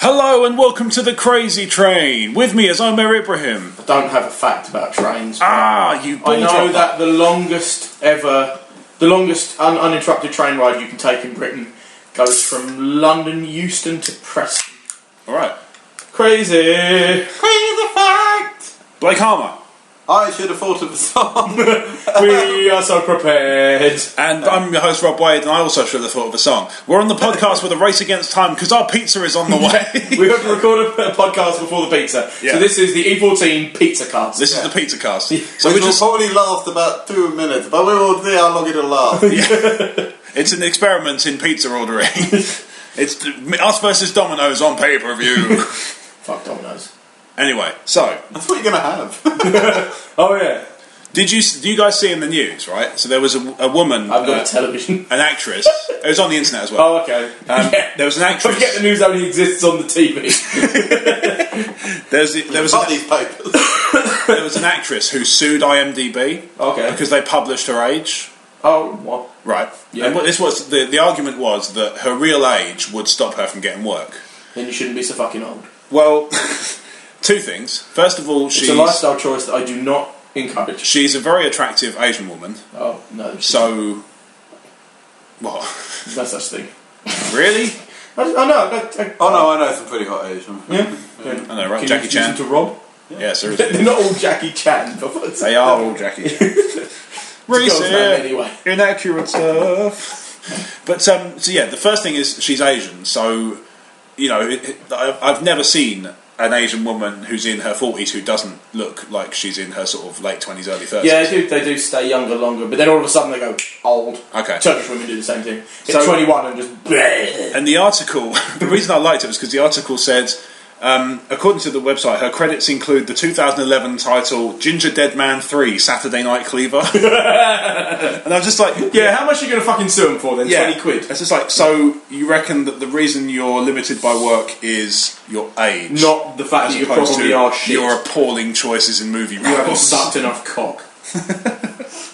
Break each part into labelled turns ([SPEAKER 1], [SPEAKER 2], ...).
[SPEAKER 1] Hello and welcome to the Crazy Train. With me is Omer Ibrahim.
[SPEAKER 2] I don't have a fact about trains. but
[SPEAKER 1] Ah, you
[SPEAKER 2] I
[SPEAKER 1] bulldog.
[SPEAKER 2] know that the longest ever, the longest un- uninterrupted train ride you can take in Britain goes from London Euston to Preston.
[SPEAKER 1] All right,
[SPEAKER 2] Crazy, crazy fact.
[SPEAKER 1] Blake Harmer.
[SPEAKER 3] I should have thought of the song.
[SPEAKER 2] we are so prepared.
[SPEAKER 1] And I'm your host, Rob Wade, and I also should have thought of a song. We're on the podcast with a race against time because our pizza is on the way.
[SPEAKER 2] We have to record a, a podcast before the pizza,
[SPEAKER 1] Yeah.
[SPEAKER 2] so this is the E14 pizza cast.
[SPEAKER 1] this is
[SPEAKER 3] Yeah.
[SPEAKER 1] the pizza cast. So
[SPEAKER 3] So
[SPEAKER 1] we
[SPEAKER 3] Which
[SPEAKER 1] just,
[SPEAKER 3] will probably last about two minutes, but we will see how long it'll last.
[SPEAKER 1] it's an experiment in pizza ordering. it's us versus Domino's on pay per view.
[SPEAKER 2] Fuck Domino's.
[SPEAKER 1] anyway, so
[SPEAKER 3] That's what you're going to have.
[SPEAKER 2] Oh yeah,
[SPEAKER 1] did you do you guys see in the news, right? So there was a, a woman,
[SPEAKER 2] I've got
[SPEAKER 1] uh,
[SPEAKER 2] a television.
[SPEAKER 1] an actress. It was on the internet as well.
[SPEAKER 2] Oh okay.
[SPEAKER 1] Um,
[SPEAKER 2] yeah.
[SPEAKER 1] There was an actress.
[SPEAKER 2] Forget the news only exists on the TV.
[SPEAKER 1] There's the, there was
[SPEAKER 3] Cut
[SPEAKER 1] an,
[SPEAKER 3] these papers.
[SPEAKER 1] there was an actress who sued IMDb
[SPEAKER 2] Okay.
[SPEAKER 1] because they published her age.
[SPEAKER 2] Oh what?
[SPEAKER 1] Right.
[SPEAKER 2] Yeah.
[SPEAKER 1] And what this was the the argument was that her real age would stop her from getting work.
[SPEAKER 2] Then you shouldn't be so fucking old.
[SPEAKER 1] Well, two things. First of all, she's
[SPEAKER 2] It's a lifestyle choice that I do not encourage.
[SPEAKER 1] she's a very attractive Asian woman.
[SPEAKER 2] Oh no, so,
[SPEAKER 1] So, what?
[SPEAKER 2] no such thing.
[SPEAKER 1] Really?
[SPEAKER 2] I, just, I know. I, I,
[SPEAKER 3] Oh no, I know some pretty hot Asian.
[SPEAKER 2] yeah.
[SPEAKER 1] I know, right?
[SPEAKER 2] Can
[SPEAKER 1] Jackie
[SPEAKER 2] you introduce
[SPEAKER 1] Chan.
[SPEAKER 2] them to Rob?
[SPEAKER 1] Yeah, seriously.
[SPEAKER 2] They're not all Jackie Chan. For fuck's sake.
[SPEAKER 1] they are all Jackie Chan.
[SPEAKER 2] It's a girl's name
[SPEAKER 1] Racist.
[SPEAKER 2] anyway.
[SPEAKER 1] inaccurate stuff. But um, so yeah, the first thing is she's Asian, so you know it, it- I- I've never seen an Asian woman who's in her forties who doesn't look like she's in her sort of late twenties, early thirties.
[SPEAKER 2] Yeah, they do. They do stay younger longer, but then all of a sudden they go old.
[SPEAKER 1] Okay.
[SPEAKER 2] Turkish women do the same thing. It's
[SPEAKER 1] So-
[SPEAKER 2] 21 and just. bleh.
[SPEAKER 1] And the article, the reason I liked it was because the article said. Um, according to the website, her credits include the 2011 title "Ginger Dead Man 3: Saturday Night Cleaver," and I was just like,
[SPEAKER 2] Yeah, how much are you gonna fucking sue them for then? 20 quid.
[SPEAKER 1] It's just like so. You reckon that the reason you're limited by work is your age,
[SPEAKER 2] Not the fact
[SPEAKER 1] as
[SPEAKER 2] that you
[SPEAKER 1] opposed
[SPEAKER 2] probably
[SPEAKER 1] to
[SPEAKER 2] are shit.
[SPEAKER 1] your appalling choices in movie
[SPEAKER 2] You haven't
[SPEAKER 1] roles.
[SPEAKER 2] sucked enough cock.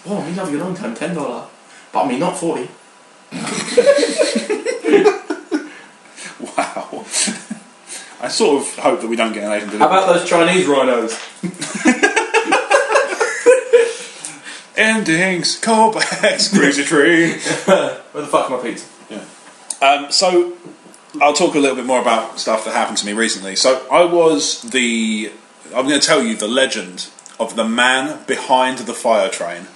[SPEAKER 2] oh, we love you long time, ten dollar. But I mean, not forty.
[SPEAKER 1] Wow. I sort of hope that we don't get an Asian.
[SPEAKER 2] How about those Chinese rhinos?
[SPEAKER 1] endings, callbacks, crazy tree.
[SPEAKER 2] Where the fuck are my pizza?
[SPEAKER 1] Um, so I'll talk a little bit more about stuff that happened to me recently. So I was the. I'm going to tell you the legend of the man behind the fire train.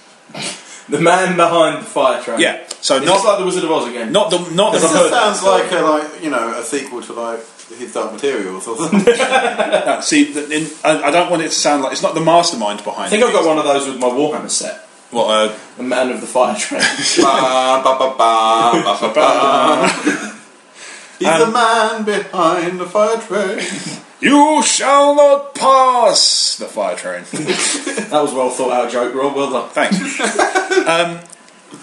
[SPEAKER 2] The man behind the fire train.
[SPEAKER 1] Yeah. So
[SPEAKER 2] It's
[SPEAKER 1] not
[SPEAKER 2] just like the Wizard of Oz again.
[SPEAKER 1] not the not
[SPEAKER 3] This
[SPEAKER 1] the.
[SPEAKER 3] just sounds like a, like you know a sequel to like His Dark Materials or something.
[SPEAKER 1] Uh, See, the, in, I, I don't want it to sound like it's not the mastermind behind.
[SPEAKER 2] I think I've got one of those with my Warhammer set.
[SPEAKER 1] What? Uh,
[SPEAKER 2] The man of the fire train.
[SPEAKER 3] Ba, ba, ba, ba, ba, Um, ba. He's the man behind the fire train.
[SPEAKER 1] you shall not pass the fire train.
[SPEAKER 2] that was a well thought out joke, Rob. Well done.
[SPEAKER 1] Thanks. um,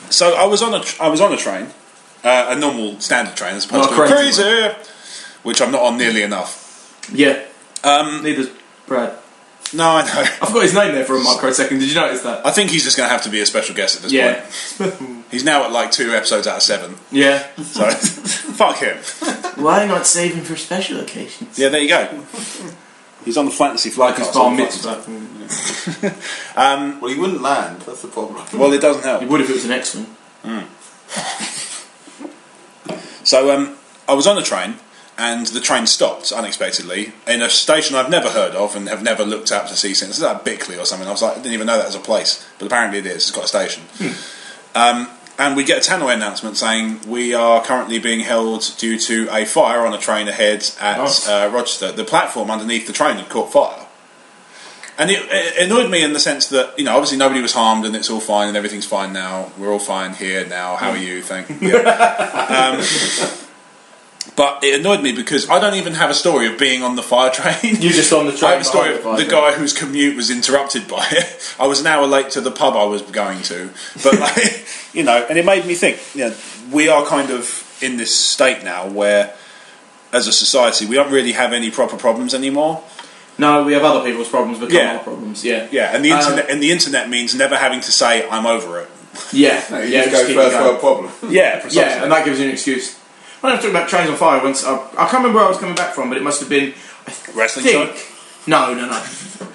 [SPEAKER 1] so I was on a tr- I was on a train, uh, a normal standard train as opposed
[SPEAKER 2] Not
[SPEAKER 1] to a
[SPEAKER 2] crazy
[SPEAKER 1] crazy, which I'm not on nearly enough.
[SPEAKER 2] Yeah. Um, Neither's Brad.
[SPEAKER 1] No, I know.
[SPEAKER 2] I forgot his name there for a microsecond. Did you notice that?
[SPEAKER 1] I think he's just going to have to be a special guest at this
[SPEAKER 2] Yeah.
[SPEAKER 1] point. He's now at like two episodes out of seven,
[SPEAKER 2] Yeah.
[SPEAKER 1] so fuck him.
[SPEAKER 4] Why not save him for special occasions?
[SPEAKER 1] Yeah, there you go. He's on the fantasy flight.
[SPEAKER 2] Like his
[SPEAKER 1] cards
[SPEAKER 2] bar
[SPEAKER 1] on the-
[SPEAKER 2] mitzvah.
[SPEAKER 3] Well, he wouldn't land. That's the problem.
[SPEAKER 1] Well, it doesn't help.
[SPEAKER 4] It would if it was an X one.
[SPEAKER 1] So um, I was on a train, and the train stopped unexpectedly in a station I've never heard of and have never looked up to see since. It's like Bickley or something. I was like, I didn't even know that was a place, but apparently it is. It's got a station. Um, and we get a tannoy announcement saying we are currently being held due to a fire on a train ahead at uh, Rochester. The platform underneath the train had caught fire. And it, it annoyed me in the sense that, you know, obviously nobody was harmed and it's all fine and everything's fine now. We're all fine here now. How are you? Thank you. But it annoyed me because I don't even have a story of being on the fire train.
[SPEAKER 2] You just on the train.
[SPEAKER 1] I have a story
[SPEAKER 2] behind
[SPEAKER 1] of the
[SPEAKER 2] fire train.
[SPEAKER 1] guy whose commute was interrupted by it. I was an hour late to the pub I was going to, but like, you know, and it made me think. You know, we are kind of in this state now where, as a society, we don't really have any proper problems anymore.
[SPEAKER 2] No, we have other people's problems become
[SPEAKER 1] Yeah.
[SPEAKER 2] our problems. Yeah.
[SPEAKER 1] Yeah, and the
[SPEAKER 2] Um,
[SPEAKER 1] internet and the internet means never having to say I'm over it.
[SPEAKER 2] Yeah.
[SPEAKER 3] No,
[SPEAKER 2] yeah,
[SPEAKER 3] you
[SPEAKER 2] just
[SPEAKER 3] just
[SPEAKER 2] keep
[SPEAKER 3] go
[SPEAKER 2] it
[SPEAKER 3] first
[SPEAKER 2] going.
[SPEAKER 3] world problem.
[SPEAKER 1] Yeah, precisely.
[SPEAKER 2] Yeah, and that gives you an excuse. When I was talking about Trains on Fire once, I, I can't remember where I was coming back from, but it must have been. I
[SPEAKER 1] Wrestling
[SPEAKER 2] think, No, no, no.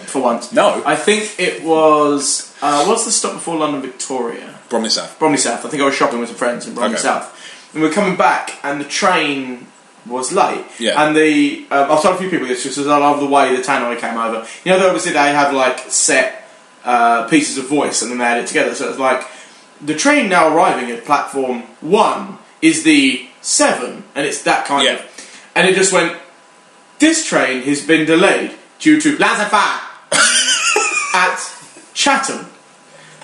[SPEAKER 2] For once.
[SPEAKER 1] No,
[SPEAKER 2] I think it was. Uh, what's the stop before London Victoria?
[SPEAKER 1] Bromley South.
[SPEAKER 2] Bromley South. I think I was shopping with some friends in Bromley
[SPEAKER 1] Okay.
[SPEAKER 2] South. And we were coming back, and the train was late.
[SPEAKER 1] Yeah.
[SPEAKER 2] And the um, I've told a few people this just because I love the way the tannoy came over. You know, they obviously they have like set uh, pieces of voice, and then they had it together. So it's like the train now arriving at platform one is the seven, and it's that kind
[SPEAKER 1] Yeah.
[SPEAKER 2] of. And it just went. This train has been delayed due to Lazafire at Chatham.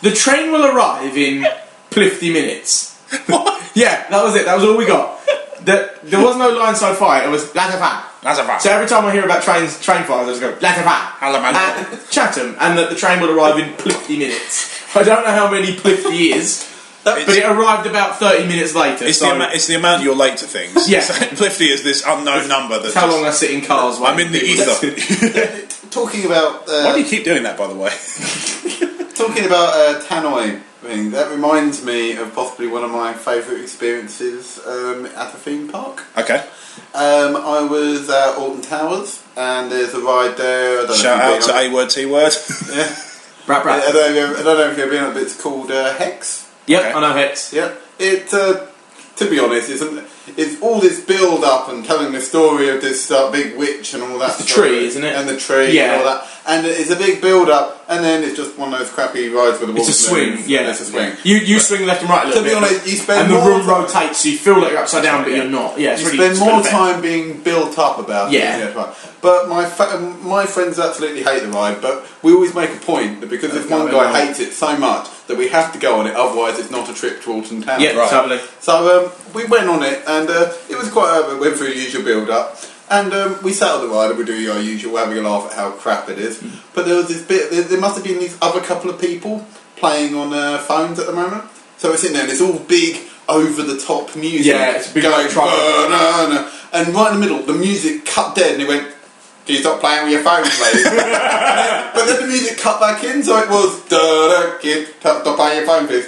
[SPEAKER 2] The train will arrive in 50 minutes. Yeah, that was it. That was all we got. The, there was no line so far. It was Latafan.
[SPEAKER 1] That's a fact.
[SPEAKER 2] So every time I hear about trains, train fires, I just go Latafan
[SPEAKER 1] Alaman.
[SPEAKER 2] at Chatham, and that the train will arrive in 50 minutes. I don't know how many 50 is, but
[SPEAKER 1] It's-
[SPEAKER 2] it arrived about 30 minutes later.
[SPEAKER 1] It's,
[SPEAKER 2] so
[SPEAKER 1] the amount, it's the amount you're late to things.
[SPEAKER 2] Yeah.
[SPEAKER 1] So, Plifty is this unknown number that
[SPEAKER 2] that's how
[SPEAKER 1] just-
[SPEAKER 2] long I sit in cars.
[SPEAKER 1] I'm in
[SPEAKER 2] waiting
[SPEAKER 1] the
[SPEAKER 2] for people to-
[SPEAKER 1] ether.
[SPEAKER 3] Talking about
[SPEAKER 1] Why do
[SPEAKER 3] uh,
[SPEAKER 1] you keep doing that, by the way?
[SPEAKER 3] talking about uh, Tannoy thing, that reminds me of possibly one of my favourite experiences um, at a theme park.
[SPEAKER 1] Okay.
[SPEAKER 3] Um, I was at Alton Towers, and there's a ride there. I don't
[SPEAKER 1] Shout
[SPEAKER 3] know
[SPEAKER 1] out
[SPEAKER 3] if
[SPEAKER 1] to
[SPEAKER 3] you've been on it.
[SPEAKER 1] A word, T word.
[SPEAKER 3] Yeah.
[SPEAKER 2] Brat, brat.
[SPEAKER 3] I don't know if- I don't know if you've been on it, but it's called uh, Hex.
[SPEAKER 2] Yep,
[SPEAKER 1] Okay.
[SPEAKER 2] I know Hex.
[SPEAKER 3] Yeah, it. Uh, to be honest, it's, um, it's all this build up and telling the story of this uh, big witch and all that.
[SPEAKER 2] the
[SPEAKER 3] stuff.
[SPEAKER 2] tree, isn't it?
[SPEAKER 3] And the tree
[SPEAKER 2] Yeah.
[SPEAKER 3] and all that. And it's a big build up, and then it's just one of those crappy rides with a
[SPEAKER 2] It's a swing. Yeah,
[SPEAKER 3] it's a swing.
[SPEAKER 2] You you swing left and right a little
[SPEAKER 3] To be
[SPEAKER 2] bit.
[SPEAKER 3] honest, you spend
[SPEAKER 2] and the
[SPEAKER 3] more
[SPEAKER 2] room
[SPEAKER 3] time-
[SPEAKER 2] rotates, so you feel like you're upside down, but
[SPEAKER 1] Yeah.
[SPEAKER 2] you're not. Yeah, it's
[SPEAKER 3] You
[SPEAKER 2] really
[SPEAKER 3] spend
[SPEAKER 2] it's
[SPEAKER 3] more
[SPEAKER 2] really bad.
[SPEAKER 3] time being built up about
[SPEAKER 2] Yeah.
[SPEAKER 3] it. right. But my fa- my friends absolutely hate the ride, but we always make a point that because this one guy hates it so much that we have to go on it, otherwise it's not a trip to Alton Town.
[SPEAKER 2] Yeah, totally.
[SPEAKER 3] So um, we went on it, and uh, it was quite. Uh, went through the usual build-up, and um, we sat on the ride, and we do our usual, having a laugh at how crap it is.
[SPEAKER 2] Hmm.
[SPEAKER 3] But there was this bit. There, there must have been these other couple of people playing on uh, phones at the moment. So we're sitting there, and it's all big, over-the-top music.
[SPEAKER 2] Yeah, it's big
[SPEAKER 3] going,
[SPEAKER 2] electronic.
[SPEAKER 3] "Ba-na-na." and right in the middle, the music cut dead, and it went. Can you stop playing with your phone, please? but then the music cut back in, so it was. Da, da, kid, stop playing your phone, please.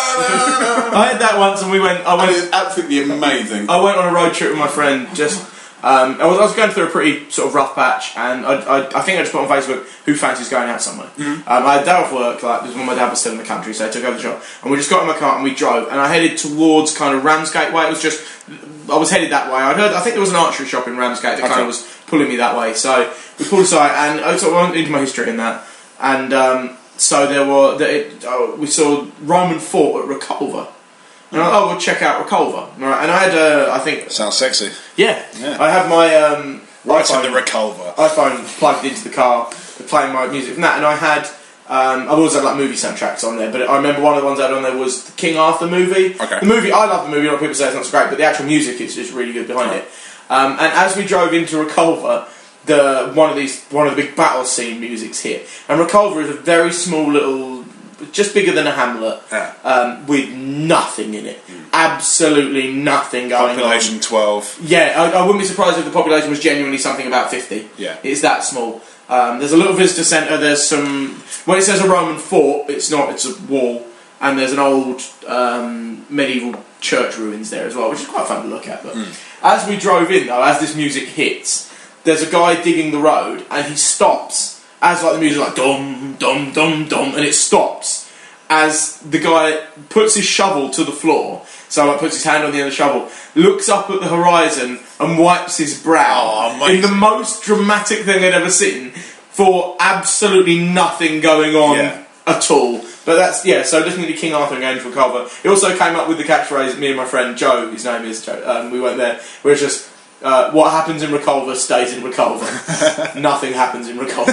[SPEAKER 3] Ba-na-na.
[SPEAKER 2] I had that once, and we went. I
[SPEAKER 3] And
[SPEAKER 2] went.
[SPEAKER 3] it's absolutely amazing.
[SPEAKER 2] I went on a road trip with my friend. Just um, I, was, I was going through a pretty sort of rough patch, and I, I, I think I just put on Facebook who fancies going out somewhere. Um, I had a day off work, like this is when my dad was still in the country, so I took over the job, and we just got in my car and we drove, and I headed towards kind of Ramsgate way. It was just I was headed that way. I heard I think there was an archery shop in Ramsgate that kind
[SPEAKER 1] Okay.
[SPEAKER 2] of was pulling me that way, so we pulled aside, and I sort of went into my history in that, and um, so there were that it, uh, we saw Roman fort at Recolver. And I, oh, we'll check out Recolver. And I and I had, uh, I think,
[SPEAKER 1] Sounds sexy.
[SPEAKER 2] yeah.
[SPEAKER 1] Yeah.
[SPEAKER 2] I have my um,
[SPEAKER 1] Right
[SPEAKER 2] iPhone,
[SPEAKER 1] in the reculver.
[SPEAKER 2] iPhone plugged into the car, playing my music from that, and I had. Um, I've always had like movie soundtracks on there, but I remember one of the ones I had on there was the King Arthur movie.
[SPEAKER 1] Okay.
[SPEAKER 2] The movie I love the movie. A lot of people say it's not so great, but the actual music is just really good behind it. Um, and as we drove into Recolver, the one of these one of the big battle scene musics hit, and Recolver is a very small little, just bigger than a hamlet,
[SPEAKER 1] Yeah. Hmm.
[SPEAKER 2] um, with nothing in it, absolutely nothing going on.
[SPEAKER 1] Population 12.
[SPEAKER 2] Yeah, I, I wouldn't be surprised if the population was genuinely something about 50.
[SPEAKER 1] Yeah.
[SPEAKER 2] It's that small. Um, there's a little visitor centre, there's some. When it says a Roman fort, it's not, it's a wall. And there's an old um, medieval church ruins there as well, which is quite fun to look at. But as we drove in, though, as this music hits, there's a guy digging the road and he stops as like the music like dum dum dum dum and it stops as the guy puts his shovel to the floor so like puts his hand on the end of the shovel looks up at the horizon and wipes his brow
[SPEAKER 1] Oh, mate.
[SPEAKER 2] in the most dramatic thing I'd ever seen for absolutely nothing going on
[SPEAKER 1] Yeah.
[SPEAKER 2] at all but that's yeah so definitely King Arthur and going for cover it also came up with the catchphrase me and my friend Joe his name is Joe um, we went there where it's just uh, what happens in Recolver stays in Recolver nothing happens in Recolver.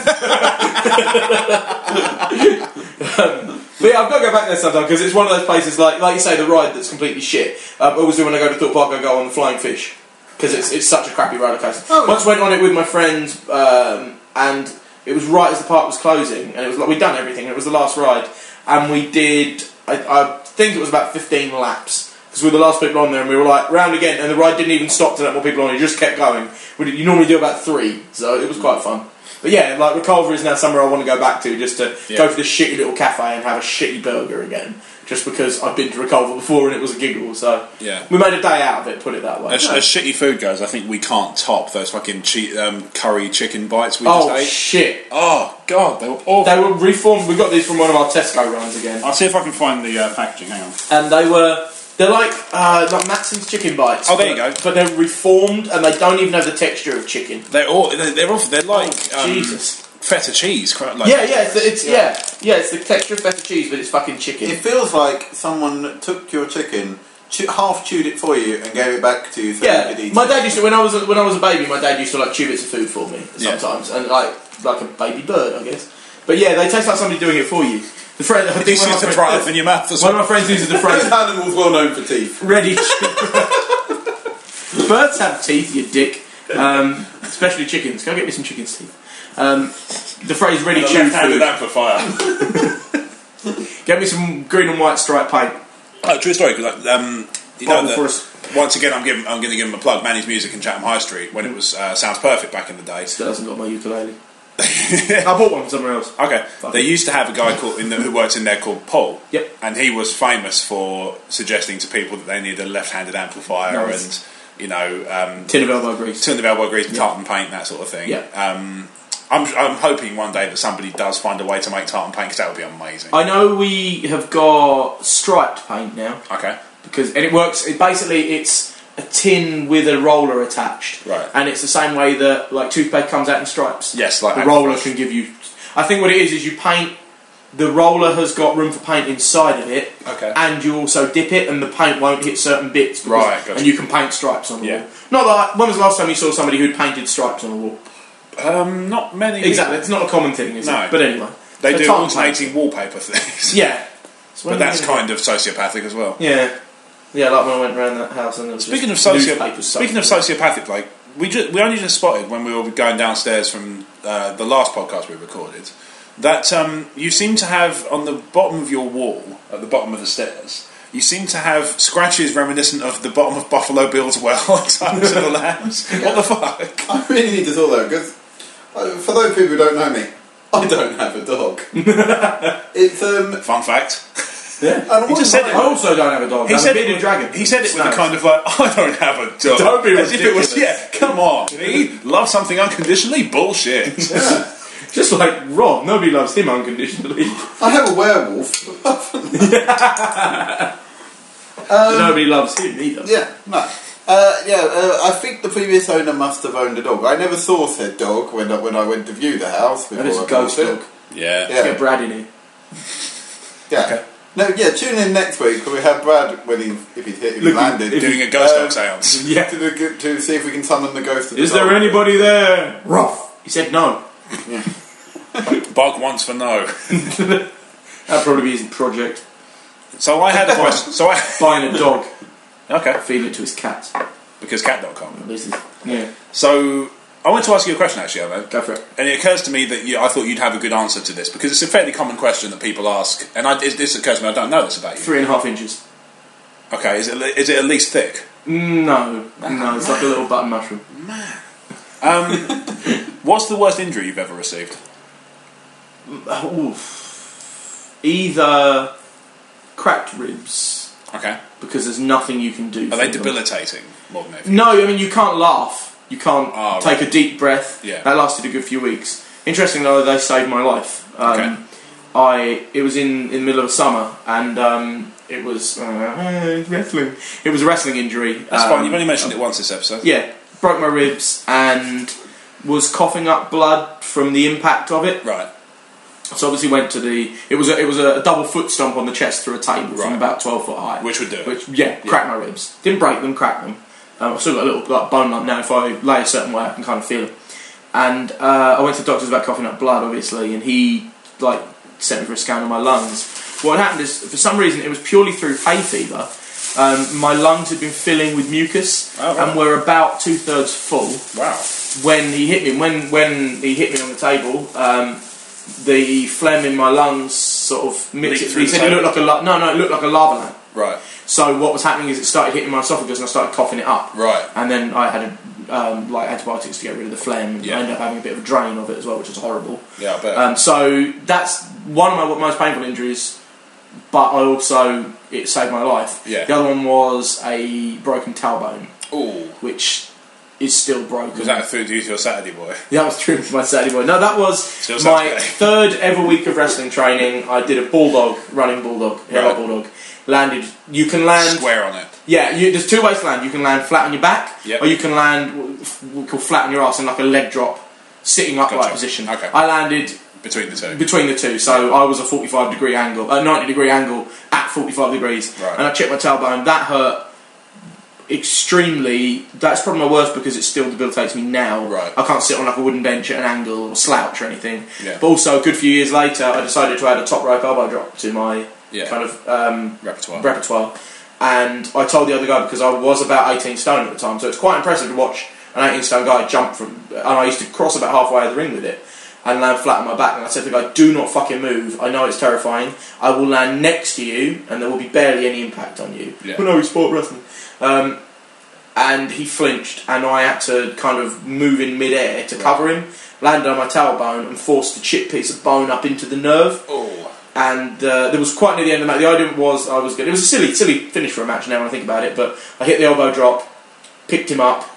[SPEAKER 2] Um, but yeah, I've got to go back there sometime because it's one of those places, like like you say, the ride that's completely shit. Um, I always do when I go to Thorpe Park, I go on the Flying Fish because it's, it's such a crappy roller coaster.
[SPEAKER 3] Oh.
[SPEAKER 2] Once went on it with my friends, um, and it was right as the park was closing, and it was like we'd done everything, and it was the last ride, and we did, I, I think it was about 15 laps. Because we were the last people on there, and we were like round again, and the ride didn't even stop to let more people on. It just kept going. We did, you normally do about three, so it was quite fun. But yeah, like Recolver is now somewhere I want to go back to just to
[SPEAKER 1] Yeah.
[SPEAKER 2] go to this shitty little cafe and have a shitty burger again. just because I've been to Recolver before and it was a giggle. So
[SPEAKER 1] Yeah.
[SPEAKER 2] we made a day out of it. Put it that way.
[SPEAKER 1] As, as shitty food goes, I think we can't top those fucking cheat, um, curry chicken bites we
[SPEAKER 2] oh
[SPEAKER 1] just ate.
[SPEAKER 2] shit!
[SPEAKER 1] oh god, they were awful.
[SPEAKER 2] They were reformed. We got these from one of our Tesco runs again,
[SPEAKER 1] I'll see if I can find the uh, packaging. Hang on.
[SPEAKER 2] and they were they're like uh, like Maxon's chicken bites.
[SPEAKER 1] Oh, there you
[SPEAKER 2] but-
[SPEAKER 1] go.
[SPEAKER 2] But they're reformed and they don't even have the texture of chicken.
[SPEAKER 1] They're all they're, they're awful. They're like
[SPEAKER 2] Oh,
[SPEAKER 1] um,
[SPEAKER 2] Jesus.
[SPEAKER 1] feta cheese. quite Like,
[SPEAKER 2] Yeah, yeah, it's, it's yeah. yeah, It's the texture of feta cheese, but it's fucking chicken.
[SPEAKER 3] It feels like someone took your chicken, chew- half chewed it for you, and gave it back to you so you could
[SPEAKER 2] yeah,
[SPEAKER 3] eat
[SPEAKER 2] my
[SPEAKER 3] it.
[SPEAKER 2] dad used to when I was a, when I was a baby. My dad used to like chew bits of food for me
[SPEAKER 1] Yeah.
[SPEAKER 2] sometimes, and like like a baby bird, I guess. But yeah, they taste like somebody doing it for you. The friend, I think
[SPEAKER 1] This
[SPEAKER 2] one of
[SPEAKER 1] is
[SPEAKER 2] my
[SPEAKER 1] the
[SPEAKER 2] friends-
[SPEAKER 1] drive in your mouth as
[SPEAKER 2] One
[SPEAKER 1] well.
[SPEAKER 2] of my friends uses the
[SPEAKER 3] This
[SPEAKER 2] phrase
[SPEAKER 3] animal's well known for teeth.
[SPEAKER 2] "ready." chew." Birds have teeth, you dick. Um, especially chickens. Go get me some chicken's teeth. Um, the phrase "ready chew food."
[SPEAKER 1] amplifier.
[SPEAKER 2] Get me some green and white striped paint.
[SPEAKER 1] oh, true story. 'cause, like, um, you
[SPEAKER 2] Bottle
[SPEAKER 1] know,
[SPEAKER 2] for
[SPEAKER 1] the-
[SPEAKER 2] us.
[SPEAKER 1] once again, I'm giving I'm going to give him a plug. Manny's Music in Chatham High Street when it was uh, sounds perfect back in the day.
[SPEAKER 2] Still hasn't got my ukulele. I bought one somewhere else.
[SPEAKER 1] Okay,
[SPEAKER 2] Fuck
[SPEAKER 1] they
[SPEAKER 2] it.
[SPEAKER 1] used to have a guy called in the, who worked in there called Paul.
[SPEAKER 2] Yep.
[SPEAKER 1] and he was famous for suggesting to people that they needed a left-handed amplifier
[SPEAKER 2] Nice.
[SPEAKER 1] and you know um,
[SPEAKER 2] Tin of elbow grease.
[SPEAKER 1] turn the bell grease, tartan paint, that sort of thing.
[SPEAKER 2] Yeah.
[SPEAKER 1] Um, I'm, I'm hoping one day that somebody does find a way to make tartan paint because that would be amazing.
[SPEAKER 2] I know we have got striped paint now
[SPEAKER 1] okay.
[SPEAKER 2] because and it works. It basically it's a tin with a roller attached,
[SPEAKER 1] Right.
[SPEAKER 2] And it's the same way that like toothpaste comes out in stripes.
[SPEAKER 1] Yes, like
[SPEAKER 2] the
[SPEAKER 1] Aquafresh.
[SPEAKER 2] roller can give you. I think what it is is you paint. The roller has got room for paint inside of it,
[SPEAKER 1] Okay.
[SPEAKER 2] and you also dip it, and the paint won't hit certain bits, because-
[SPEAKER 1] Right, gotcha.
[SPEAKER 2] And you can paint stripes on the
[SPEAKER 1] Yeah.
[SPEAKER 2] wall. Not like when was the last time you saw somebody who'd painted stripes on a wall?
[SPEAKER 1] Um, not many.
[SPEAKER 2] Exactly, it's not a common thing, is
[SPEAKER 1] No.
[SPEAKER 2] it? But anyway,
[SPEAKER 1] They
[SPEAKER 2] So
[SPEAKER 1] do
[SPEAKER 2] tartan
[SPEAKER 1] alternating wallpaper things.
[SPEAKER 2] Yeah,
[SPEAKER 1] But that's kind of sociopathic as well.
[SPEAKER 2] Yeah. Yeah, like when I went around that house and there was
[SPEAKER 1] Speaking of
[SPEAKER 2] just
[SPEAKER 1] sociopath,
[SPEAKER 2] newspapers
[SPEAKER 1] speaking of
[SPEAKER 2] stuck.
[SPEAKER 1] sociopathic, like we ju- we only just spotted when we were going downstairs from uh, the last podcast we recorded that um, you seem to have on the bottom of your wall at the bottom of the stairs. You seem to have scratches reminiscent of the bottom of Buffalo Bill's well at times of the lambs. What the fuck?
[SPEAKER 3] I really need to sort that because for those people who don't know me, I don't have a dog. it's um.
[SPEAKER 1] Fun fact.
[SPEAKER 2] Yeah.
[SPEAKER 3] And I
[SPEAKER 1] just
[SPEAKER 3] wasn't
[SPEAKER 1] said
[SPEAKER 2] I
[SPEAKER 1] it.
[SPEAKER 3] like-
[SPEAKER 2] also don't have a dog.
[SPEAKER 1] He
[SPEAKER 2] I'm
[SPEAKER 1] said
[SPEAKER 2] a bearded
[SPEAKER 1] it.
[SPEAKER 2] dragon.
[SPEAKER 1] He said it with a
[SPEAKER 2] Snails.
[SPEAKER 1] kind of like, I don't have a dog.
[SPEAKER 2] Don't be
[SPEAKER 1] As if it was,
[SPEAKER 2] ridiculous.
[SPEAKER 1] yeah, come on, me love something unconditionally. Bullshit.
[SPEAKER 2] Just like Rob, nobody loves him unconditionally.
[SPEAKER 3] I have a werewolf.
[SPEAKER 2] nobody loves him either.
[SPEAKER 3] Yeah, no. Uh, yeah, uh, I think the previous owner must have owned a dog. I never saw said dog when I, when I went to view the house.
[SPEAKER 2] That is
[SPEAKER 3] before
[SPEAKER 2] a
[SPEAKER 3] I
[SPEAKER 2] ghost
[SPEAKER 3] bought it.
[SPEAKER 2] dog.
[SPEAKER 1] Yeah.
[SPEAKER 3] Yeah.
[SPEAKER 2] Get Brad in here.
[SPEAKER 3] Yeah.
[SPEAKER 1] Okay.
[SPEAKER 3] No, yeah. Tune in next week because we have Brad when he if he's hit, if he
[SPEAKER 2] Looking-
[SPEAKER 3] landed
[SPEAKER 1] Doing a ghost
[SPEAKER 3] Um,
[SPEAKER 1] dog seance.
[SPEAKER 2] Yeah.
[SPEAKER 3] to, the- to see if we can summon the ghost. Of the
[SPEAKER 2] Is there
[SPEAKER 3] dog.
[SPEAKER 2] anybody there? Rough. He said no.
[SPEAKER 1] Bug once for no.
[SPEAKER 2] That'd probably be his project.
[SPEAKER 1] So I had a question. So I
[SPEAKER 2] Buying a dog,
[SPEAKER 1] okay
[SPEAKER 2] feed it to his cat.
[SPEAKER 1] because cat.com.
[SPEAKER 4] This is
[SPEAKER 2] Yeah.
[SPEAKER 1] So I want to ask you a question actually, Omo.
[SPEAKER 2] Go for it.
[SPEAKER 1] And it occurs to me that you, I thought you'd have a good answer to this because it's a fairly common question that people ask. And I, it- this occurs to me. I don't know this about you.
[SPEAKER 2] Three and a half inches.
[SPEAKER 1] Okay, is it is it at least thick?
[SPEAKER 2] No. No, it's like a little button mushroom.
[SPEAKER 1] Um, what's the worst injury you've ever received?
[SPEAKER 2] Oof. Either cracked ribs
[SPEAKER 1] Okay,
[SPEAKER 2] because there's nothing you can do.
[SPEAKER 1] are they
[SPEAKER 2] for them.
[SPEAKER 1] debilitating more than anything?
[SPEAKER 2] No, I mean you can't laugh. You can't
[SPEAKER 1] Ah,
[SPEAKER 2] take a deep breath.
[SPEAKER 1] Yeah.
[SPEAKER 2] That lasted a good few weeks. Interesting though, they saved my life. Um,
[SPEAKER 1] Okay.
[SPEAKER 2] I it was in in the middle of summer and um, it was uh, wrestling. It was a wrestling injury.
[SPEAKER 1] That's
[SPEAKER 2] um,
[SPEAKER 1] fine. You've only mentioned it once this episode.
[SPEAKER 2] Yeah, broke my ribs and was coughing up blood from the impact of it.
[SPEAKER 1] Right.
[SPEAKER 2] So obviously went to the. It was a, it was a double foot stomp on the chest through a table
[SPEAKER 1] Right.
[SPEAKER 2] from about twelve foot high.
[SPEAKER 1] Which would do it.
[SPEAKER 2] Which yeah, cracked my ribs. Didn't break them, cracked them. Um, I've still got a little like, bone lump now. If I lay a certain way, I can kind of feel it. And uh, I went to the doctors about coughing up blood, obviously, and he like sent me for a scan of my lungs. What happened is, for some reason, it was purely through hay fever. Um, my lungs had been filling with mucus,
[SPEAKER 1] Oh, right.
[SPEAKER 2] and were about two thirds full
[SPEAKER 1] Wow.
[SPEAKER 2] when he hit me, when when he hit me on the table, um, the phlegm in my lungs sort of
[SPEAKER 1] Leaked
[SPEAKER 2] mixed. It.
[SPEAKER 1] through
[SPEAKER 2] He
[SPEAKER 1] the
[SPEAKER 2] said it
[SPEAKER 1] table?
[SPEAKER 2] looked like a la- no, no, it looked like a lava lamp.
[SPEAKER 1] Right.
[SPEAKER 2] So what was happening is it started hitting my esophagus and I started coughing it up.
[SPEAKER 1] Right.
[SPEAKER 2] And then I had a, um, like antibiotics to get rid of the phlegm.
[SPEAKER 1] Yeah.
[SPEAKER 2] I ended up having a bit of a drain of it as well, which is horrible.
[SPEAKER 1] Yeah. I bet.
[SPEAKER 2] Um, so that's one of my most painful injuries but I also it saved my life.
[SPEAKER 1] Yeah.
[SPEAKER 2] The other one was a broken tailbone,
[SPEAKER 1] Ooh.
[SPEAKER 2] which is still broken.
[SPEAKER 1] Was that through due to your Saturday boy?
[SPEAKER 2] Yeah, that was true for my Saturday boy. No, that was
[SPEAKER 1] Still
[SPEAKER 2] my
[SPEAKER 1] Saturday.
[SPEAKER 2] third ever week of wrestling training. I did a bulldog, running bulldog, head
[SPEAKER 1] Right.
[SPEAKER 2] bulldog. Landed. You can land.
[SPEAKER 1] Square on it.
[SPEAKER 2] Yeah, you, there's two ways to land. You can land flat on your back,
[SPEAKER 1] Yep.
[SPEAKER 2] or you can land w- f- what we call flat on your ass in like a leg drop, sitting upright
[SPEAKER 1] Gotcha.
[SPEAKER 2] position.
[SPEAKER 1] Okay.
[SPEAKER 2] I landed
[SPEAKER 1] Between the two.
[SPEAKER 2] between the two, so I was a 45 degree angle, a 90 degree angle at 45 degrees,
[SPEAKER 1] Right.
[SPEAKER 2] and I checked my tailbone. That hurt extremely. That's probably my worst because it still debilitates me now.
[SPEAKER 1] Right.
[SPEAKER 2] I can't sit on like a wooden bench at an angle or slouch or anything.
[SPEAKER 1] Yeah.
[SPEAKER 2] But also, a good few years later, I decided to add a top rope elbow drop to my
[SPEAKER 1] Yeah.
[SPEAKER 2] kind of um,
[SPEAKER 1] Repertoire.
[SPEAKER 2] repertoire. And I told the other guy because I was about 18 stone at the time, so it's quite impressive to watch an 18 stone guy jump from. And I used to cross about halfway of the ring with it and land flat on my back. And I said to the guy, Do not fucking move. I know it's terrifying. I will land next to you, and there will be barely any impact on you.
[SPEAKER 1] Yeah.
[SPEAKER 2] But no, it's sport wrestling. Um, and he flinched, and I had to kind of move in midair to cover him. Landed on my tailbone and forced the chip piece of bone up into the nerve
[SPEAKER 1] Oh.
[SPEAKER 2] and uh, there was quite near the end of the match. The idea was I was good. It was a silly, silly finish for a match now when I think about it, but I hit the elbow drop, picked him up.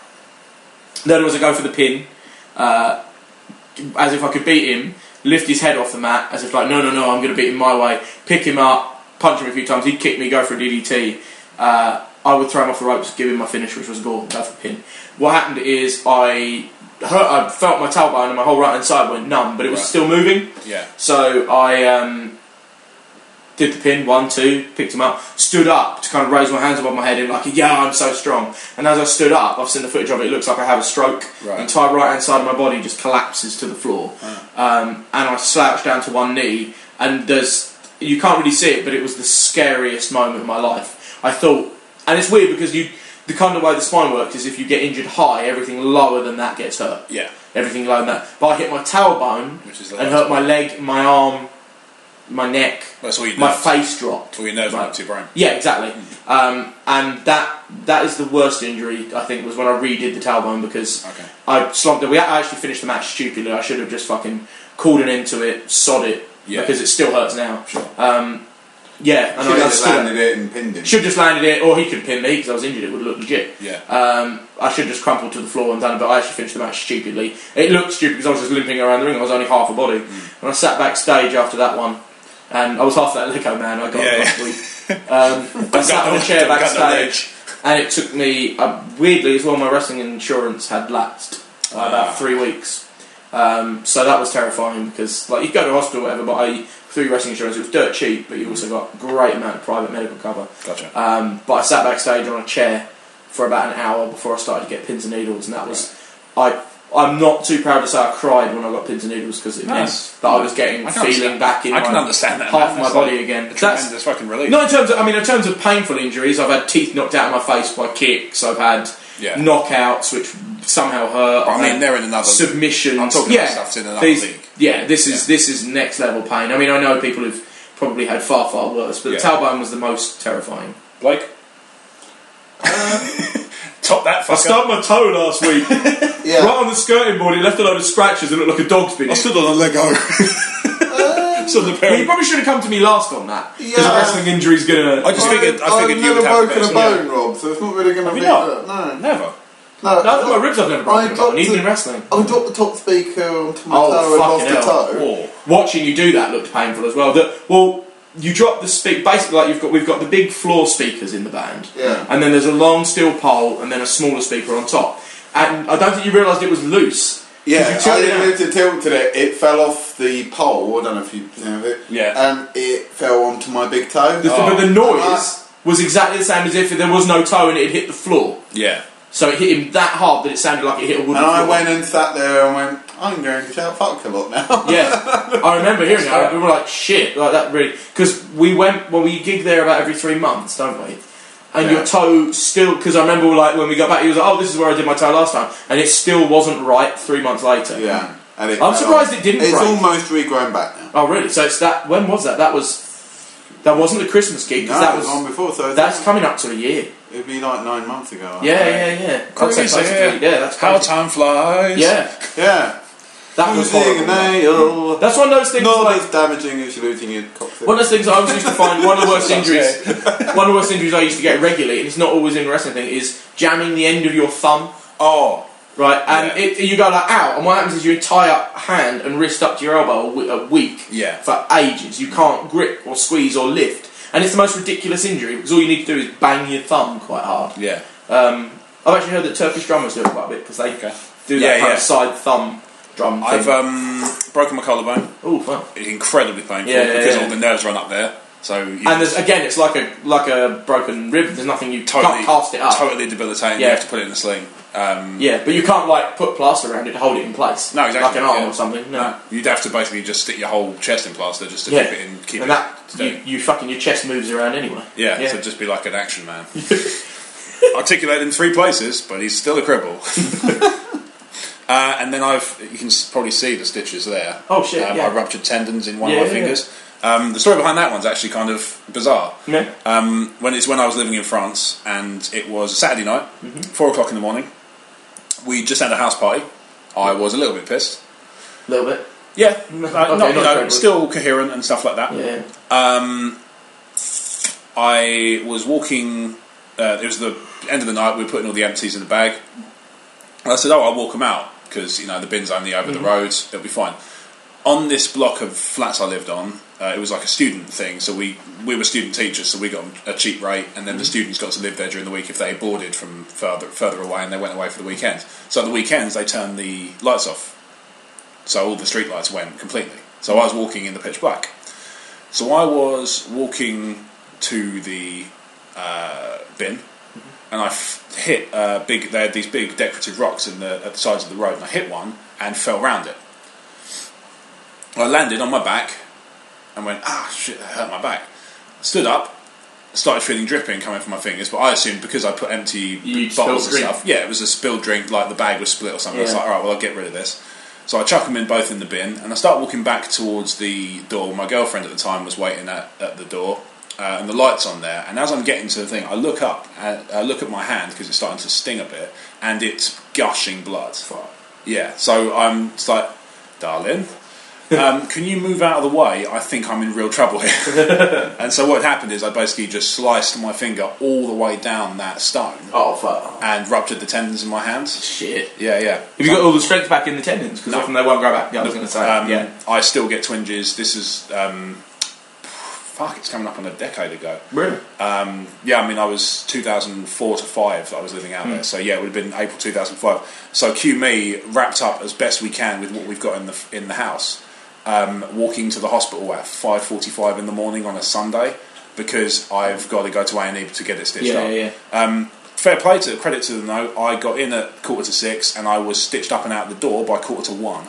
[SPEAKER 2] Then it was a go for the pin, uh, as if I could beat him. Lift his head off the mat, as if like, no, no, no, I'm going to beat him my way. Pick him up, punch him a few times. He'd kick me, go for a DDT. Uh, I would throw him off the ropes, give him my finish, which was a goal, go for the pin. What happened is I hurt, I felt my tailbone and my whole right hand side went numb, but it was
[SPEAKER 1] Right.
[SPEAKER 2] still moving.
[SPEAKER 1] Yeah.
[SPEAKER 2] So I um, did the pin, one, two, picked him up, stood up to kind of raise my hands above my head and like, yeah, I'm so strong. And as I stood up, I've seen the footage of it, it looks like I have a stroke.
[SPEAKER 1] Right.
[SPEAKER 2] The entire right hand side of my body just collapses to the floor. Um, and I slouched down to one knee, and there's, you can't really see it, but it was the scariest moment of my life. I thought, and it's weird because you, the kind of way the spine works is if you get injured high, everything lower than that gets hurt
[SPEAKER 1] Yeah.
[SPEAKER 2] everything like that. But I hit my tailbone
[SPEAKER 1] Which is
[SPEAKER 2] and hurt my leg, my arm, my neck,
[SPEAKER 1] That's all you
[SPEAKER 2] my
[SPEAKER 1] know.
[SPEAKER 2] face dropped.
[SPEAKER 1] All your nerves went
[SPEAKER 2] Right.
[SPEAKER 1] up to your brain.
[SPEAKER 2] Yeah, exactly. Um, and that that is the worst injury I think was when I redid the tailbone because
[SPEAKER 1] Okay.
[SPEAKER 2] I slumped it. We I actually finished the match stupidly. I should have just fucking called an end to it, sod it
[SPEAKER 1] Yeah.
[SPEAKER 2] because it still hurts now.
[SPEAKER 1] Sure.
[SPEAKER 2] Um, yeah, and
[SPEAKER 3] Should
[SPEAKER 2] I
[SPEAKER 3] have
[SPEAKER 2] just
[SPEAKER 3] landed it and pinned him.
[SPEAKER 2] should just landed it, or he could pin me because I was injured. It would look legit.
[SPEAKER 1] Yeah.
[SPEAKER 2] Um, I should just crumpled to the floor and done it, but I actually finished the match stupidly. It looked stupid because I was just limping around the ring. I was only half a body.
[SPEAKER 1] Mm.
[SPEAKER 2] And I sat backstage after that one, and I was half that Lego man I got
[SPEAKER 1] Yeah,
[SPEAKER 2] last week. Um, I sat on a chair
[SPEAKER 1] Got no
[SPEAKER 2] backstage,
[SPEAKER 1] edge.
[SPEAKER 2] and it took me uh, weirdly as well. My wrestling insurance had lapsed uh,
[SPEAKER 1] Ah.
[SPEAKER 2] about three weeks. Um, so that was terrifying because like you go to hospital or whatever, but I through wrestling insurance it was dirt cheap, but you also got great amount of private medical cover.
[SPEAKER 1] Gotcha.
[SPEAKER 2] Um, but I sat backstage on a chair for about an hour before I started to get pins and needles, and that was I. I'm not too proud to say I cried when I got pins and needles because it
[SPEAKER 1] Nice.
[SPEAKER 2] meant that I was getting
[SPEAKER 1] I can
[SPEAKER 2] feeling
[SPEAKER 1] understand-
[SPEAKER 2] back in
[SPEAKER 1] I can
[SPEAKER 2] my-
[SPEAKER 1] understand that.
[SPEAKER 2] half
[SPEAKER 1] man.
[SPEAKER 2] my
[SPEAKER 1] That's
[SPEAKER 2] body
[SPEAKER 1] like
[SPEAKER 2] again.
[SPEAKER 1] A
[SPEAKER 2] That's-
[SPEAKER 1] tremendous fucking relief.
[SPEAKER 2] not in terms of, I mean, in terms of painful injuries, I've had teeth knocked out of my face by kicks. I've had
[SPEAKER 1] Yeah.
[SPEAKER 2] knockouts, which somehow hurt.
[SPEAKER 1] But
[SPEAKER 2] I've
[SPEAKER 1] I mean,
[SPEAKER 2] had
[SPEAKER 1] they're in another.
[SPEAKER 2] submissions.
[SPEAKER 1] I'm talking
[SPEAKER 2] yeah,
[SPEAKER 1] about stuff that's in another
[SPEAKER 2] these-
[SPEAKER 1] league.
[SPEAKER 2] Yeah, this is this is next level pain. I mean, I know people who've probably had far far worse, but
[SPEAKER 1] Yeah.
[SPEAKER 2] the tailbone was the most terrifying.
[SPEAKER 1] Blake?
[SPEAKER 2] Um,
[SPEAKER 1] Top that fucker.
[SPEAKER 2] my toe last week,
[SPEAKER 3] Yeah.
[SPEAKER 2] on the skirting board. It left a load of scratches. It looked like a dog's been.
[SPEAKER 1] stood on a Lego. so the
[SPEAKER 2] You
[SPEAKER 1] parent.
[SPEAKER 2] probably should have come to me last on that because
[SPEAKER 3] Yeah.
[SPEAKER 2] a wrestling injury's gonna.
[SPEAKER 1] I just figured, I figured
[SPEAKER 3] have
[SPEAKER 1] you
[SPEAKER 3] never
[SPEAKER 1] would have the
[SPEAKER 3] broken
[SPEAKER 1] best.
[SPEAKER 3] a bone, Rob, so it's not really going to
[SPEAKER 1] Have
[SPEAKER 3] be
[SPEAKER 1] you not?
[SPEAKER 3] that. No. No.
[SPEAKER 1] Never.
[SPEAKER 2] no, my ribs I've never broken.
[SPEAKER 3] I
[SPEAKER 2] but I need
[SPEAKER 3] dropped
[SPEAKER 2] in
[SPEAKER 3] it.
[SPEAKER 2] wrestling.
[SPEAKER 3] I dropped the top speaker onto my
[SPEAKER 2] Oh,
[SPEAKER 3] toe and
[SPEAKER 2] fucking
[SPEAKER 3] lost
[SPEAKER 2] hell.
[SPEAKER 3] the toe.
[SPEAKER 1] War.
[SPEAKER 2] watching you do that looked painful as well. That well, you drop the speak basically like you've got we've got the big floor speakers in the band,
[SPEAKER 3] Yeah.
[SPEAKER 2] and then there's a long steel pole and then a smaller speaker on top. And I don't think you realised it was loose. 'Cause
[SPEAKER 3] Yeah,
[SPEAKER 2] you tilt
[SPEAKER 3] I
[SPEAKER 2] it
[SPEAKER 3] didn't
[SPEAKER 2] out.
[SPEAKER 3] mean to tilted it. It fell off the pole. I don't know if you know it.
[SPEAKER 1] Yeah.
[SPEAKER 3] And it fell onto my big toe.
[SPEAKER 2] The-
[SPEAKER 1] Oh.
[SPEAKER 2] but the
[SPEAKER 3] Right.
[SPEAKER 2] noise was exactly the same as if there was no toe and it had hit the floor.
[SPEAKER 1] Yeah.
[SPEAKER 2] So it hit him that hard that it sounded like it hit a wooden
[SPEAKER 3] And I
[SPEAKER 2] floor.
[SPEAKER 3] went and sat there and went, I'm going to shout fuck a lot now.
[SPEAKER 2] Yeah, I remember hearing that. We were like, "Shit!" Like that really because we went well. We gig there about every three months, don't we? And
[SPEAKER 3] Yeah.
[SPEAKER 2] your toe still because I remember like when we got back, he was like, "Oh, this is where I did my toe last time," and it still wasn't right three months later.
[SPEAKER 3] yeah. And it
[SPEAKER 2] I'm
[SPEAKER 3] fell
[SPEAKER 2] surprised
[SPEAKER 3] off.
[SPEAKER 2] it didn't
[SPEAKER 3] It's
[SPEAKER 2] break.
[SPEAKER 3] almost regrown back now.
[SPEAKER 2] Oh, really? So it's that. When was that? That was that wasn't the Christmas gig
[SPEAKER 3] No,
[SPEAKER 2] because that
[SPEAKER 3] it was on
[SPEAKER 2] was
[SPEAKER 3] before, so
[SPEAKER 2] that's
[SPEAKER 3] it's-
[SPEAKER 2] coming up to a year.
[SPEAKER 3] it'd be like nine months ago. I
[SPEAKER 2] Yeah,
[SPEAKER 3] think.
[SPEAKER 2] yeah, yeah. I'd say
[SPEAKER 1] Crazy.
[SPEAKER 2] close to a year. Yeah, that's
[SPEAKER 1] How
[SPEAKER 2] crazy.
[SPEAKER 1] time flies.
[SPEAKER 2] Yeah,
[SPEAKER 3] Yeah.
[SPEAKER 2] that was
[SPEAKER 3] Losing a
[SPEAKER 2] horrible.
[SPEAKER 3] nail.
[SPEAKER 2] That's one of those things.
[SPEAKER 3] Not
[SPEAKER 2] like,
[SPEAKER 3] as damaging as losing a cock
[SPEAKER 2] One of the things I was used to find, one of the worst injuries, one of the worst injuries I used to get regularly, and it's not always in wrestling thing, is jamming the end of your thumb,
[SPEAKER 1] Oh,
[SPEAKER 2] right? And
[SPEAKER 1] Yeah.
[SPEAKER 2] it, you go like out, and what happens is you tie up hand and wrist up to your elbow a we- a week
[SPEAKER 1] Yeah.
[SPEAKER 2] for ages. You can't grip or squeeze or lift, and it's the most ridiculous injury because all you need to do is bang your thumb quite hard.
[SPEAKER 1] yeah.
[SPEAKER 2] Um, I've actually heard that Turkish drummers do it quite a bit because they
[SPEAKER 1] Okay.
[SPEAKER 2] do that
[SPEAKER 1] Yeah,
[SPEAKER 2] kind
[SPEAKER 1] yeah.
[SPEAKER 2] of side thumb drum.
[SPEAKER 1] I've uh,
[SPEAKER 2] thing.
[SPEAKER 1] um, broken my collarbone.
[SPEAKER 2] oh wow.
[SPEAKER 1] It's incredibly painful
[SPEAKER 2] Yeah, yeah,
[SPEAKER 1] because
[SPEAKER 2] yeah.
[SPEAKER 1] all the nerves run up there. So you
[SPEAKER 2] And there's, again, it's like a like a broken rib. There's nothing you
[SPEAKER 1] totally
[SPEAKER 2] can't cast it up.
[SPEAKER 1] Totally debilitating. You
[SPEAKER 2] Yeah.
[SPEAKER 1] have to put it in a sling. Um,
[SPEAKER 2] Yeah, but you can't like put plaster around it to hold it in place.
[SPEAKER 1] No, exactly,
[SPEAKER 2] Like an arm
[SPEAKER 1] yeah.
[SPEAKER 2] or something. No.
[SPEAKER 1] no, you'd have to basically just stick your whole chest in plaster just to
[SPEAKER 2] Yeah.
[SPEAKER 1] keep it in. Keep
[SPEAKER 2] and
[SPEAKER 1] it
[SPEAKER 2] that
[SPEAKER 1] steady.
[SPEAKER 2] you, you fucking your chest moves around anyway.
[SPEAKER 1] Yeah,
[SPEAKER 2] yeah.
[SPEAKER 1] so just be like an action man. Articulate in three places, but he's still a cripple. uh, and then I've, you can s- probably see the stitches there.
[SPEAKER 2] Oh, shit,
[SPEAKER 1] Um,
[SPEAKER 2] yeah.
[SPEAKER 1] I ruptured tendons in one
[SPEAKER 2] Yeah,
[SPEAKER 1] of my
[SPEAKER 2] yeah,
[SPEAKER 1] fingers. Um, the story behind that one's actually kind of bizarre.
[SPEAKER 2] No?
[SPEAKER 1] Um, when it's when I was living in France, and it was a Saturday night,
[SPEAKER 2] Mm-hmm.
[SPEAKER 1] four o'clock in the morning. We just had a house party. I was a little bit pissed.
[SPEAKER 2] a little bit.
[SPEAKER 1] Yeah, uh,
[SPEAKER 2] Okay,
[SPEAKER 1] not,
[SPEAKER 2] not
[SPEAKER 1] you know,
[SPEAKER 2] incredible.
[SPEAKER 1] still coherent and stuff like that.
[SPEAKER 2] Yeah.
[SPEAKER 1] I was walking. Uh, it was the end of the night. We were putting all the empties in the bag. And I said, "Oh, I'll walk them out because you know the bins only over the roads. It'll be fine." On this block of flats I lived on, uh, it was like a student thing. So we we were student teachers, so we got a cheap rate, and then the students got to live there during the week if they boarded from further further away and they went away for the weekend. So on the weekends they turned the lights off, so all the street lights went completely. So I was walking in the pitch black. So I was walking to the uh, bin,
[SPEAKER 2] Mm-hmm.
[SPEAKER 1] and I f- hit a big. They had these big decorative rocks in the at the sides of the road, and I hit one and fell round it. I landed on my back and went, ah, shit, that hurt my back. Stood up, started feeling dripping coming from my fingers, but I assumed because I put empty
[SPEAKER 2] You
[SPEAKER 1] bottles
[SPEAKER 2] spilled
[SPEAKER 1] and
[SPEAKER 2] drink.
[SPEAKER 1] stuff, yeah, it was a spilled drink, like the bag was split or something. I was
[SPEAKER 2] Yeah.
[SPEAKER 1] like, all right, well, I'll get rid of this. So I chuck them in both in the bin, and I start walking back towards the door. My girlfriend at the time was waiting at, at the door, uh, and the light's on there. And as I'm getting to the thing, I look up, and I look at my hand because it's starting to sting a bit, and it's gushing blood. Yeah, so I'm it's like, darling, um, can you move out of the way? I think I'm in real trouble here. and so what happened is I basically just sliced my finger all the way down that stone
[SPEAKER 2] Oh fuck.
[SPEAKER 1] and ruptured the tendons in my hands.
[SPEAKER 2] Shit.
[SPEAKER 1] Yeah, yeah.
[SPEAKER 2] Have you got all the strength back in the tendons? Because often they won't grow back. Yeah, I was going to say.
[SPEAKER 1] Um,
[SPEAKER 2] yeah.
[SPEAKER 1] I still get twinges. This is um, fuck. It's coming up on a decade ago.
[SPEAKER 2] Really?
[SPEAKER 1] Um, yeah, I mean, I was 2004 to five. that I was living
[SPEAKER 2] Hmm.
[SPEAKER 1] out there, so yeah, it would have been April 2005. So cue me wrapped up as best we can with what we've got in the in the house. Um, walking to the hospital at 5:45 in the morning on a Sunday because I've got to go to A and E to get it stitched
[SPEAKER 2] Yeah,
[SPEAKER 1] up.
[SPEAKER 2] yeah, yeah.
[SPEAKER 1] Fair play to credit to them though. I got in at quarter to six and I was stitched up and out the door by quarter to one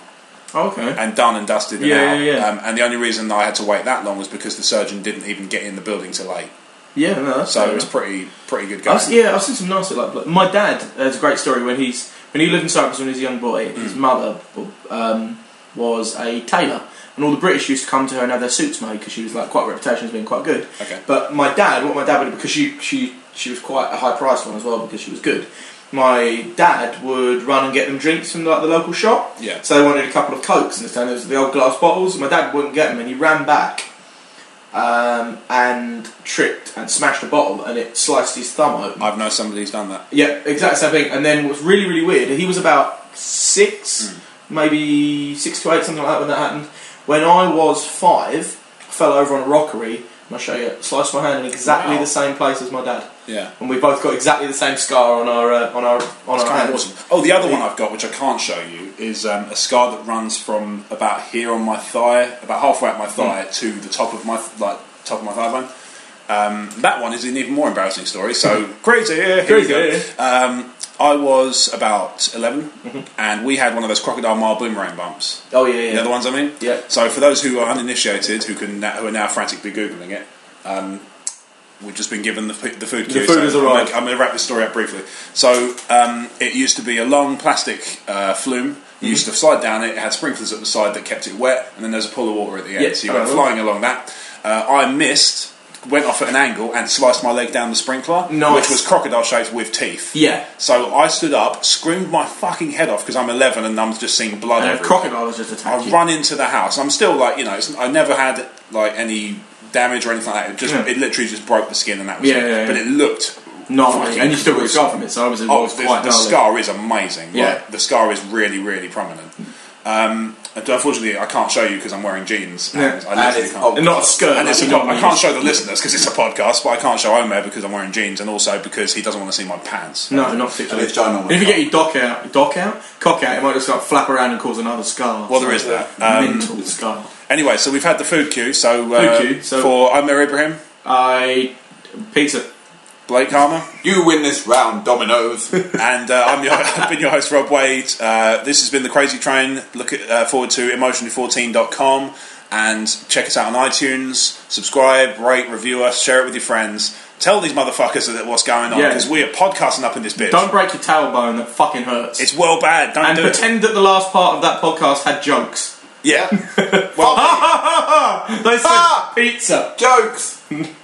[SPEAKER 2] Oh, okay.
[SPEAKER 1] and done and dusted and
[SPEAKER 2] Yeah,
[SPEAKER 1] out.
[SPEAKER 2] yeah, yeah.
[SPEAKER 1] Um, and the only reason I had to wait that long was because the surgeon didn't even get in the building till late.
[SPEAKER 2] Yeah, no, that's
[SPEAKER 1] So
[SPEAKER 2] fair
[SPEAKER 1] it was
[SPEAKER 2] enough.
[SPEAKER 1] pretty pretty good
[SPEAKER 2] I've,
[SPEAKER 1] going.
[SPEAKER 2] se- yeah, I've seen some nasty like. blood. My dad has a great story when he's when he lived in Cyprus when he was a young boy.
[SPEAKER 1] Mm.
[SPEAKER 2] His mother um, was a tailor, and all the British used to come to her and have their suits made because she was like quite a reputation as being quite good.
[SPEAKER 1] Okay.
[SPEAKER 2] But my dad, what my dad would because she she she was quite a high priced one as well because she was good. My dad would run and get them drinks from like the local shop.
[SPEAKER 1] Yeah.
[SPEAKER 2] So they wanted a couple of cokes and this and those the old glass bottles. My dad wouldn't get them, and he ran back um, and tripped and smashed a bottle, and it sliced his thumb open.
[SPEAKER 1] I've known somebody who's done that.
[SPEAKER 2] Yeah, exact same thing. And then what's really, really weird, he was about
[SPEAKER 1] Mm.
[SPEAKER 2] six, maybe six to eight, something like that when that happened. When I was five, I fell over on a rockery, and I'll show you, sliced my hand in exactly
[SPEAKER 1] Wow.
[SPEAKER 2] the same place as my dad.
[SPEAKER 1] Yeah.
[SPEAKER 2] And we both got exactly the same scar on our uh, on our on
[SPEAKER 1] It's
[SPEAKER 2] our
[SPEAKER 1] kind
[SPEAKER 2] hand.
[SPEAKER 1] of awesome. Oh, the other one I've got, which I can't show you, is um, a scar that runs from about here on my thigh, about halfway up my thigh, to the top of my th- like top of my thigh bone. Um, that one is an even more embarrassing story. So crazy, Hmm. here we go.
[SPEAKER 2] Crazy.
[SPEAKER 1] Um, I was about 11 and we had one of those crocodile mile boomerang bumps.
[SPEAKER 2] Oh yeah, yeah.
[SPEAKER 1] You know the ones I mean?
[SPEAKER 2] Yeah.
[SPEAKER 1] So for those who are uninitiated, who can now, who are now frantically googling it, um, we've just been given the, f- the food cue.
[SPEAKER 2] food
[SPEAKER 1] so
[SPEAKER 2] has
[SPEAKER 1] I'm
[SPEAKER 2] arrived.
[SPEAKER 1] gonna- I'm going to wrap this story up briefly. So um, it used to be a long plastic uh, flume.
[SPEAKER 2] Mm-hmm.
[SPEAKER 1] You used to slide down it. It had sprinklers at the side that kept it wet, and then there's a pool of water at the end.
[SPEAKER 2] Yeah, uh-huh.
[SPEAKER 1] So you
[SPEAKER 2] I
[SPEAKER 1] went
[SPEAKER 2] remember.
[SPEAKER 1] flying along that. Uh, I missed. Went off at an angle and sliced my leg down the sprinkler,
[SPEAKER 2] Nice.
[SPEAKER 1] which was crocodile shaped with teeth.
[SPEAKER 2] Yeah.
[SPEAKER 1] So I stood up, screamed my fucking head off because I'm 11 and I'm just seeing blood
[SPEAKER 2] And a
[SPEAKER 1] everywhere.
[SPEAKER 2] crocodile has just attacked
[SPEAKER 1] I
[SPEAKER 2] you.
[SPEAKER 1] run into the house. I'm still like, you know, it's, I never had like any damage or anything like that. It just
[SPEAKER 2] Yeah.
[SPEAKER 1] it literally just broke the skin and that was
[SPEAKER 2] Yeah,
[SPEAKER 1] it.
[SPEAKER 2] yeah, yeah.
[SPEAKER 1] But it looked
[SPEAKER 2] Gnarly.
[SPEAKER 1] fucking
[SPEAKER 2] And you still got
[SPEAKER 1] gruesome.
[SPEAKER 2] scar from it, so obviously it
[SPEAKER 1] Oh,
[SPEAKER 2] was
[SPEAKER 1] the,
[SPEAKER 2] quite
[SPEAKER 1] the
[SPEAKER 2] gnarly.
[SPEAKER 1] scar is amazing. Like,
[SPEAKER 2] Yeah.
[SPEAKER 1] the scar is really, really prominent. Um, and unfortunately, I can't show you because I'm wearing jeans. And
[SPEAKER 2] Yeah.
[SPEAKER 1] I literally
[SPEAKER 3] it's
[SPEAKER 1] can't.
[SPEAKER 3] hot.
[SPEAKER 2] And not a skirt.
[SPEAKER 1] And it's a
[SPEAKER 2] like
[SPEAKER 1] not, I
[SPEAKER 2] normally
[SPEAKER 1] can't
[SPEAKER 2] is.
[SPEAKER 1] show the listeners because it's a podcast, but I can't show Omer because I'm wearing jeans and also because he doesn't want to see my pants.
[SPEAKER 2] No, not particularly.
[SPEAKER 3] And it's ginormous.
[SPEAKER 2] And if you get your dock out, dock out, cock out, it might just like flap around and cause another scar.
[SPEAKER 1] Well, there is that.
[SPEAKER 2] A
[SPEAKER 1] Um,
[SPEAKER 2] mental scar.
[SPEAKER 1] anyway, so we've had the food queue. So, uh,
[SPEAKER 2] Food queue, so-
[SPEAKER 1] for Omer Ibrahim,
[SPEAKER 2] I pizza.
[SPEAKER 1] Blake Harmer,
[SPEAKER 3] You win this round, Dominoes.
[SPEAKER 1] and uh, I'm your, I've been your host Rob Wade. Uh, this has been the Crazy Train. Look at, uh, forward to emotionally14.com and check us out on iTunes. Subscribe, rate, review us, share it with your friends. Tell these motherfuckers that what's going on
[SPEAKER 2] Yeah.
[SPEAKER 1] because we are podcasting up in this bitch.
[SPEAKER 2] Don't break your tailbone. That fucking hurts.
[SPEAKER 1] It's well bad. Don't
[SPEAKER 2] and
[SPEAKER 1] do it.
[SPEAKER 2] pretend that the last part of that podcast had jokes.
[SPEAKER 1] Yeah.
[SPEAKER 3] well,
[SPEAKER 2] They said
[SPEAKER 3] Ah!
[SPEAKER 2] pizza.
[SPEAKER 3] jokes.